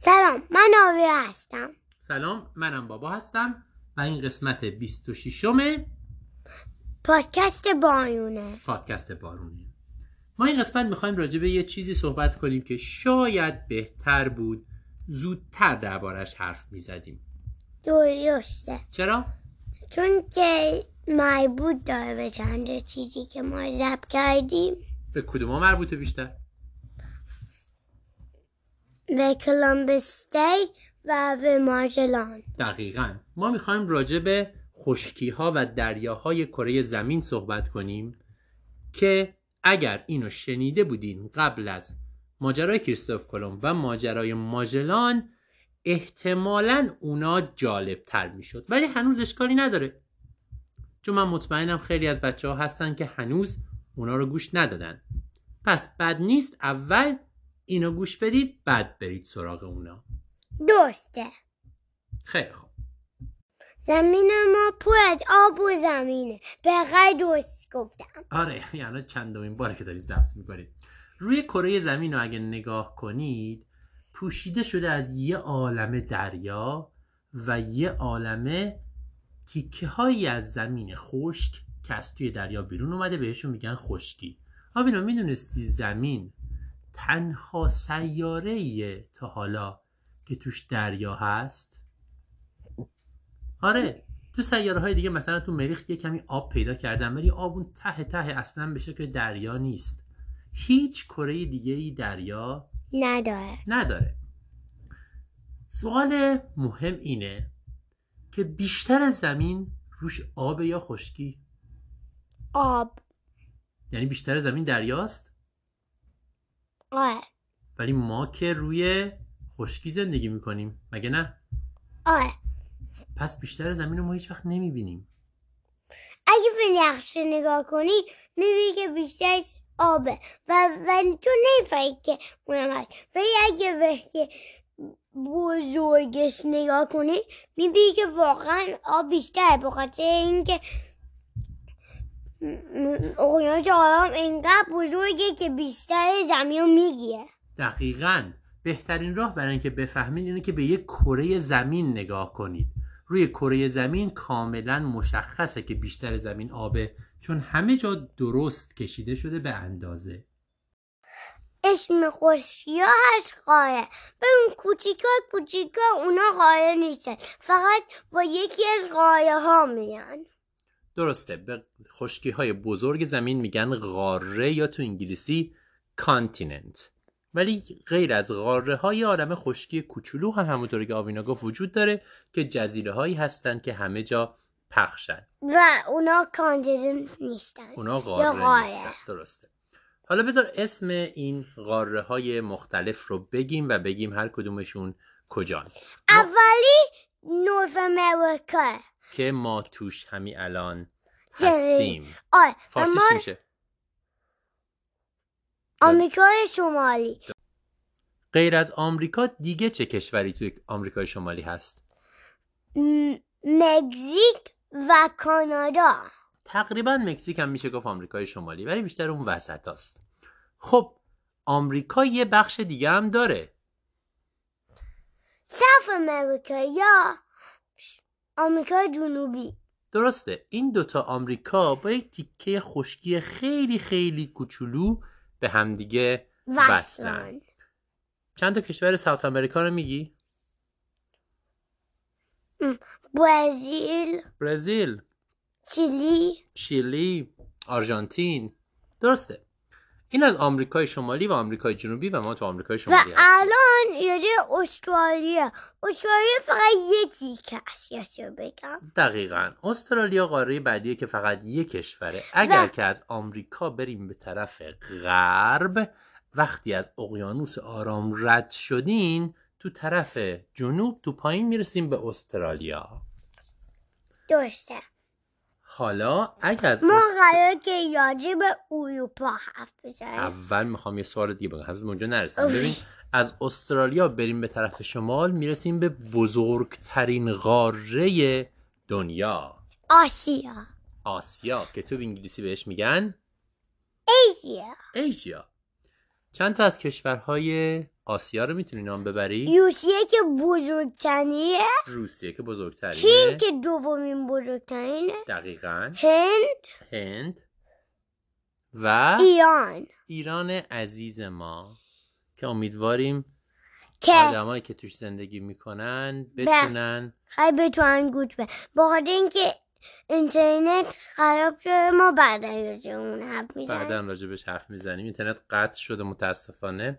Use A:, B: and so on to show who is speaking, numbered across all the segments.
A: سلام من آبیا هستم
B: سلام منم بابا هستم و این قسمت 26 م
A: پادکست بانیونه
B: پادکست بارونه ما این قسمت میخوایم راجع به یه چیزی صحبت کنیم که شاید بهتر بود زودتر دربارش حرف میزدیم
A: درسته
B: چرا؟
A: چون که مربوط داره به چند چیزی که ما ضبط کردیم
B: به کدوما مربوطه بیشتر؟
A: به کلمبس دی و به مارجلان
B: دقیقا ما میخوایم راجع به خشکی ها و دریاهای کره زمین صحبت کنیم که اگر اینو شنیده بودین قبل از ماجرای کریستوف کلمب و ماجرای ماژلان احتمالا اونا جالب تر میشد ولی هنوز اشکالی نداره چون من مطمئنم خیلی از بچه ها هستن که هنوز اونا رو گوش ندادن پس بد نیست اول اینو گوش بدید بعد برید سراغ اونا
A: درسته
B: خیلی خوب
A: زمین ما پر از آب و زمینه به غیر درست گفتم
B: آره یعنی چندمین باره که داری ضبط میکنی روی کره زمین رو اگه نگاه کنید پوشیده شده از یه عالمه دریا و یه عالمه تیکه هایی از زمین خشک که از توی دریا بیرون اومده بهشون میگن خشکی آبینا میدونستی زمین تنها سیاره تا حالا که توش دریا هست آره تو سیاره های دیگه مثلا تو مریخ یه کمی آب پیدا کردن ولی آب اون ته ته اصلا به شکل دریا نیست هیچ کره دیگه ای دریا
A: نداره
B: نداره سوال مهم اینه که بیشتر از زمین روش آب یا خشکی
A: آب
B: یعنی بیشتر زمین دریاست
A: آره
B: ولی ما که روی خشکی زندگی میکنیم مگه نه
A: آره
B: پس بیشتر زمین رو ما هیچ وقت نمیبینیم
A: اگه به نقشه نگاه کنی میبینی که بیشترش آبه و, و تو نفهمی که اونم هست ولی اگه به که بزرگش نگاه کنی میبینی که واقعا آب بیشتره به خاطر اینکه م- اقیانوس آرام انقدر بزرگه که بیشتر زمین رو میگیره
B: دقیقا بهترین راه برای اینکه بفهمید اینه که به یک کره زمین نگاه کنید روی کره زمین کاملا مشخصه که بیشتر زمین آبه چون همه جا درست کشیده شده به اندازه
A: اسم خوشی ها هست قاره به اون کوچیکا کوچیکا اونا قاره نیستن فقط با یکی از قاره ها میان
B: درسته به خشکی های بزرگ زمین میگن قاره یا تو انگلیسی کانتیننت ولی غیر از قاره های آدم خشکی کوچولو هم همونطور که آوینا گفت وجود داره که جزیره هایی هستن که همه جا پخشن
A: و اونا کاندیدنت نیستن
B: اونا
A: یا
B: قاره
A: قاره.
B: نیستن درسته حالا بذار اسم این قاره های مختلف رو بگیم و بگیم هر کدومشون کجان ما-
A: اولی نورف امریکا
B: که ما توش همین الان
A: جزیره.
B: هستیم
A: آره و
B: فارسیش
A: ما
B: چی میشه
A: آمریکای شمالی
B: غیر از آمریکا دیگه چه کشوری توی آمریکای شمالی هست
A: م- مکزیک و کانادا
B: تقریبا مکزیک هم میشه گفت آمریکای شمالی ولی بیشتر اون وسط هست. خب آمریکا یه بخش دیگه هم داره
A: سف امریکا یا آمریکای جنوبی
B: درسته این دوتا آمریکا با یک تیکه خشکی خیلی خیلی کوچولو به همدیگه وصلن
A: وصلن
B: چند تا کشور ساوت آمریکا رو میگی
A: برزیل
B: برزیل
A: چیلی
B: شیلی آرژانتین درسته این از آمریکای شمالی و آمریکای جنوبی و ما تو آمریکای
A: و
B: شمالی هستیم
A: الان یه استرالیا استرالیا فقط یه تیکه است یا چه بگم
B: دقیقا استرالیا قاره بعدیه که فقط یک کشوره اگر
A: و-
B: که از آمریکا بریم به طرف غرب وقتی از اقیانوس آرام رد شدین تو طرف جنوب تو پایین میرسیم به استرالیا
A: درسته
B: حالا اگر از
A: ما
B: است-
A: قرار که راجع به اروپا حرف بزنیم
B: اول میخوام یه سوال دیگه بگم هنوز به اونجا نرسیم
A: اوه.
B: ببین از استرالیا بریم به طرف شمال میرسیم به بزرگترین قاره دنیا
A: آسیا
B: آسیا که تو به انگلیسی بهش میگن
A: ایزیا
B: ایشیا چند تا از کشورهای آسیا رو میتونی نام ببری؟
A: روسیه که بزرگترینه
B: روسیه که
A: چین
B: بزرگترینه
A: که دومین بزرگترینه
B: دقیقا
A: هند
B: هند و
A: ایران
B: ایران عزیز ما که امیدواریم
A: که
B: آدمایی که توش زندگی میکنن بتونن
A: خیلی بتونن گوش به بخاطر اینکه اینترنت خراب شده ما بعد از اون حرف میزنیم
B: بعدا راجبش حرف میزنیم اینترنت قطع شده متاسفانه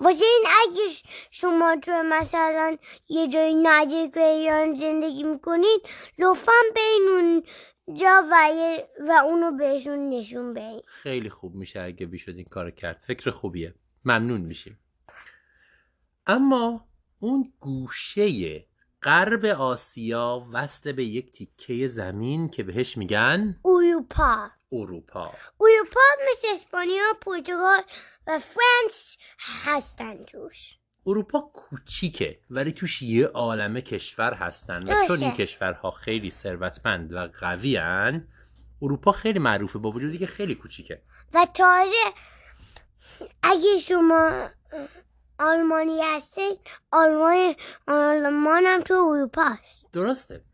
A: واسه این اگه ش- شما تو مثلا یه جای نزدیک به ایران زندگی میکنید لطفا بین اونجا و, یه- و اونو بهشون نشون بدین
B: خیلی خوب میشه اگه بیشد این کار کرد فکر خوبیه ممنون میشیم اما اون گوشه غرب آسیا وصل به یک تیکه زمین که بهش میگن
A: اروپا
B: اروپا
A: اروپا مثل اسپانیا پرتغال و فرانس هستن توش
B: اروپا کوچیکه ولی توش یه عالمه کشور هستن و
A: درسته.
B: چون این کشورها خیلی ثروتمند و قوی اروپا خیلی معروفه با وجودی که خیلی کوچیکه
A: و تازه اگه شما آلمانی هستید آلمان آلمان هم تو اروپا هست.
B: درسته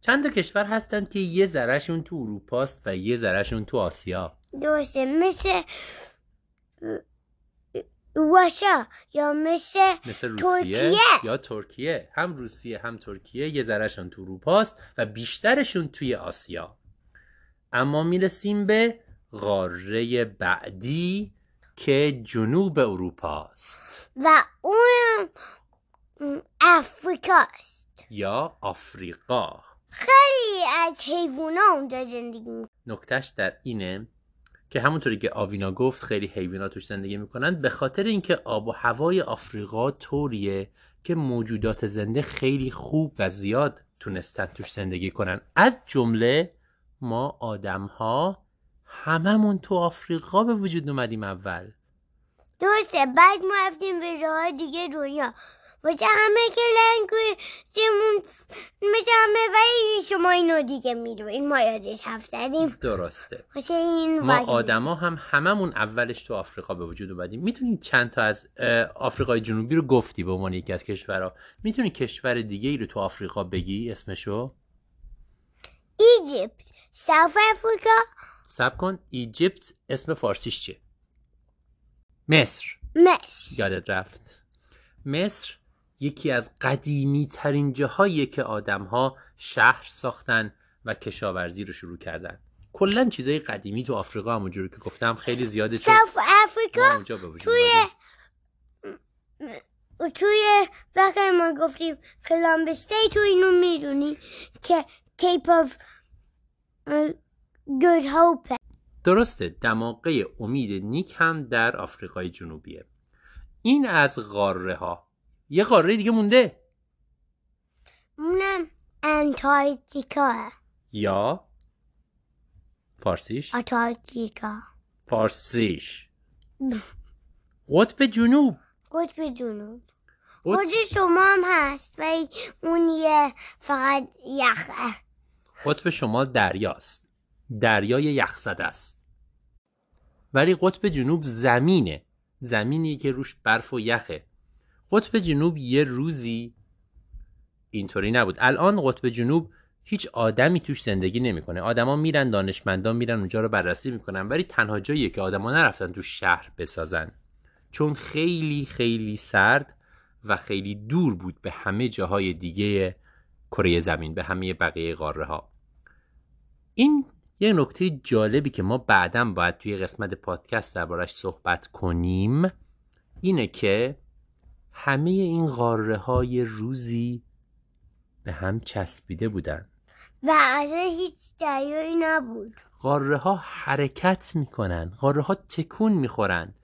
B: چند تا کشور هستن که یه ذرهشون تو اروپاست و یه ذرهشون تو آسیا
A: درسته مثل روسیا یا مثل
B: مثل روسیه
A: ترکیه.
B: یا ترکیه هم روسیه هم ترکیه یه ذرهشون تو اروپاست و بیشترشون توی آسیا اما میرسیم به قاره بعدی که جنوب اروپاست
A: و اون افریکاست
B: یا آفریقا
A: خیلی از حیوونا اونجا زندگی میکنن
B: نکتهش در اینه که همونطوری که آوینا گفت خیلی حیوانات توش زندگی میکنن به خاطر اینکه آب و هوای آفریقا طوریه که موجودات زنده خیلی خوب و زیاد تونستن توش زندگی کنن از جمله ما آدم ها هممون تو آفریقا به وجود اومدیم اول
A: درسته بعد ما رفتیم به راه دیگه دنیا واسه همه که لنگویجمون مثل همه ولی شما اینو دیگه میدونین ما یادش حرف زدیم
B: درسته
A: واسه این
B: ما
A: ولی-
B: آدما هم هممون اولش تو آفریقا به وجود اومدیم میتونید چند تا از اه، آفریقای جنوبی رو گفتی به عنوان یکی از کشورها میتونی کشور دیگه ای رو تو آفریقا بگی اسمشو
A: ایجیپت ساوت افریقا
B: سب کن ایجیپت اسم فارسیش چیه مصر
A: مصر
B: یادت رفت مصر یکی از قدیمی ترین جاهاییه که آدم ها شهر ساختن و کشاورزی رو شروع کردن کلا چیزای قدیمی تو آفریقا همونجوری که گفتم خیلی زیاده چون
A: ساوت
B: ما
A: افریقا
B: اونجا به وجود
A: توی
B: اومدیم.
A: و توی وقت ما گفتیم کلامبس دی تو اینو میدونی که کیپ آف گود هوپ
B: درسته دماغه امید نیک هم در آفریقای جنوبیه این از قاره ها یه قاره دیگه مونده
A: اونم انتارکتیکا
B: یا فارسیش
A: آنتارکتیکا
B: فارسیش قطب جنوب
A: قطب جنوب
B: قطب,
A: قطب شما هم هست ولی اون یه فقط یخه
B: قطب شمال دریاست دریای یخزده است ولی قطب جنوب زمینه زمینی که روش برف و یخه قطب جنوب یه روزی اینطوری نبود الان قطب جنوب هیچ آدمی توش زندگی نمیکنه آدما میرن دانشمندان میرن اونجا رو بررسی میکنن ولی تنها جاییه که آدما نرفتن تو شهر بسازن چون خیلی خیلی سرد و خیلی دور بود به همه جاهای دیگه کره زمین به همه بقیه قاره ها این یه نکته جالبی که ما بعدا باید توی قسمت پادکست دربارش صحبت کنیم اینه که همه این قاره های روزی به هم چسبیده بودن
A: و اصلا هیچ دریایی نبود
B: قاره ها حرکت میکنن قاره ها تکون میخورن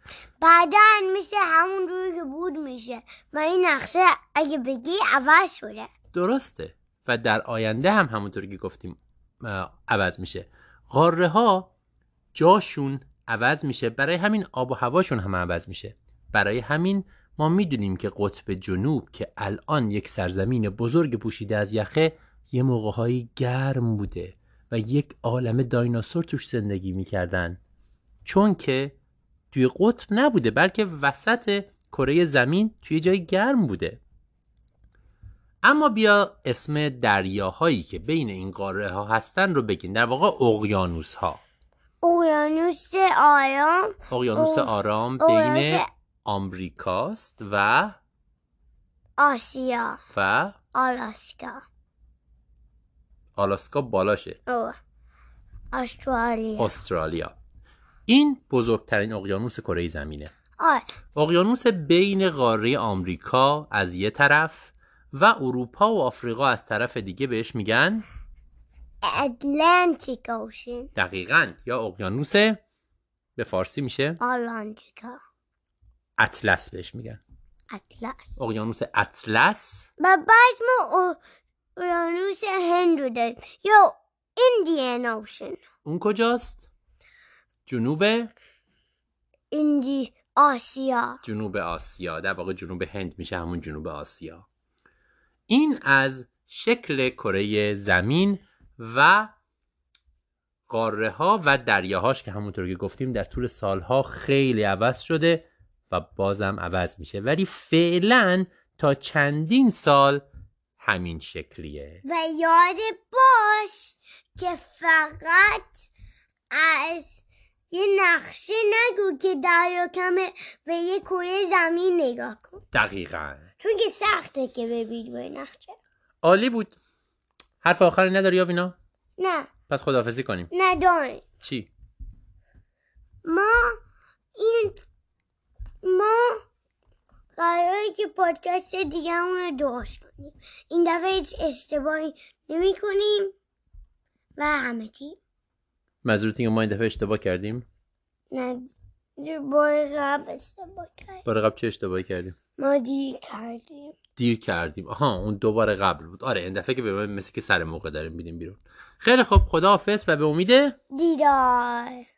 A: بعدا میشه همون روی که بود میشه و این نقشه اگه بگی عوض شده
B: درسته و در آینده هم همونطور که گفتیم اه، عوض میشه قاره ها جاشون عوض میشه برای همین آب و هواشون هم عوض میشه برای همین ما میدونیم که قطب جنوب که الان یک سرزمین بزرگ پوشیده از یخه یه موقع گرم بوده و یک عالم دایناسور توش زندگی میکردن چون که توی قطب نبوده بلکه وسط کره زمین توی جای گرم بوده اما بیا اسم دریاهایی که بین این قاره ها هستن رو بگین در واقع اقیانوس ها
A: اقیانوس آرام
B: اقیانوس
A: اق-
B: آرام
A: اقیانوس
B: بین آمریکاست و
A: آسیا
B: و
A: آلاسکا
B: آلاسکا بالاشه
A: او استرالیا
B: استرالیا این بزرگترین اقیانوس کره زمینه
A: آ
B: اقیانوس بین قاره آمریکا از یه طرف و اروپا و آفریقا از طرف دیگه بهش میگن
A: اتلانتیک اوشن
B: دقیقا یا اقیانوس به فارسی میشه
A: آلانتیکا
B: اطلس بهش میگن
A: اطلس
B: اقیانوس اطلس
A: و بعد ما اقیانوس هندو داریم یا ایندیان اوشن
B: اون کجاست جنوب
A: ایندی آسیا
B: جنوب آسیا در واقع جنوب هند میشه همون جنوب آسیا این از شکل کره زمین و قاره ها و دریاهاش که همونطور که گفتیم در طول سالها خیلی عوض شده و بازم عوض میشه ولی فعلا تا چندین سال همین شکلیه
A: و یاد باش که فقط از یه نقشه نگو که دریا کمه به یه کره زمین نگاه کن
B: دقیقا
A: چون که سخته که ببینی به نقشه
B: عالی بود حرف آخری نداری یاوینا
A: نه
B: پس خداحافظی کنیم
A: نداریم
B: چی
A: ما این ما قراره که پادکست دیگه رو درست کنیم این دفعه هیچ اشتباهی نمی کنیم و همه چی
B: منظورت اینه که ما این دفعه اشتباه کردیم
A: نه بار قبل اشتباه کردیم
B: بار قبل چه اشتباهی کردیم
A: ما دیر کردیم
B: دیر کردیم آها اون دوباره قبل بود آره این دفعه که به من مثل که سر موقع داریم میدیم بیرون خیلی خب خداحافظ و به امید
A: دیدار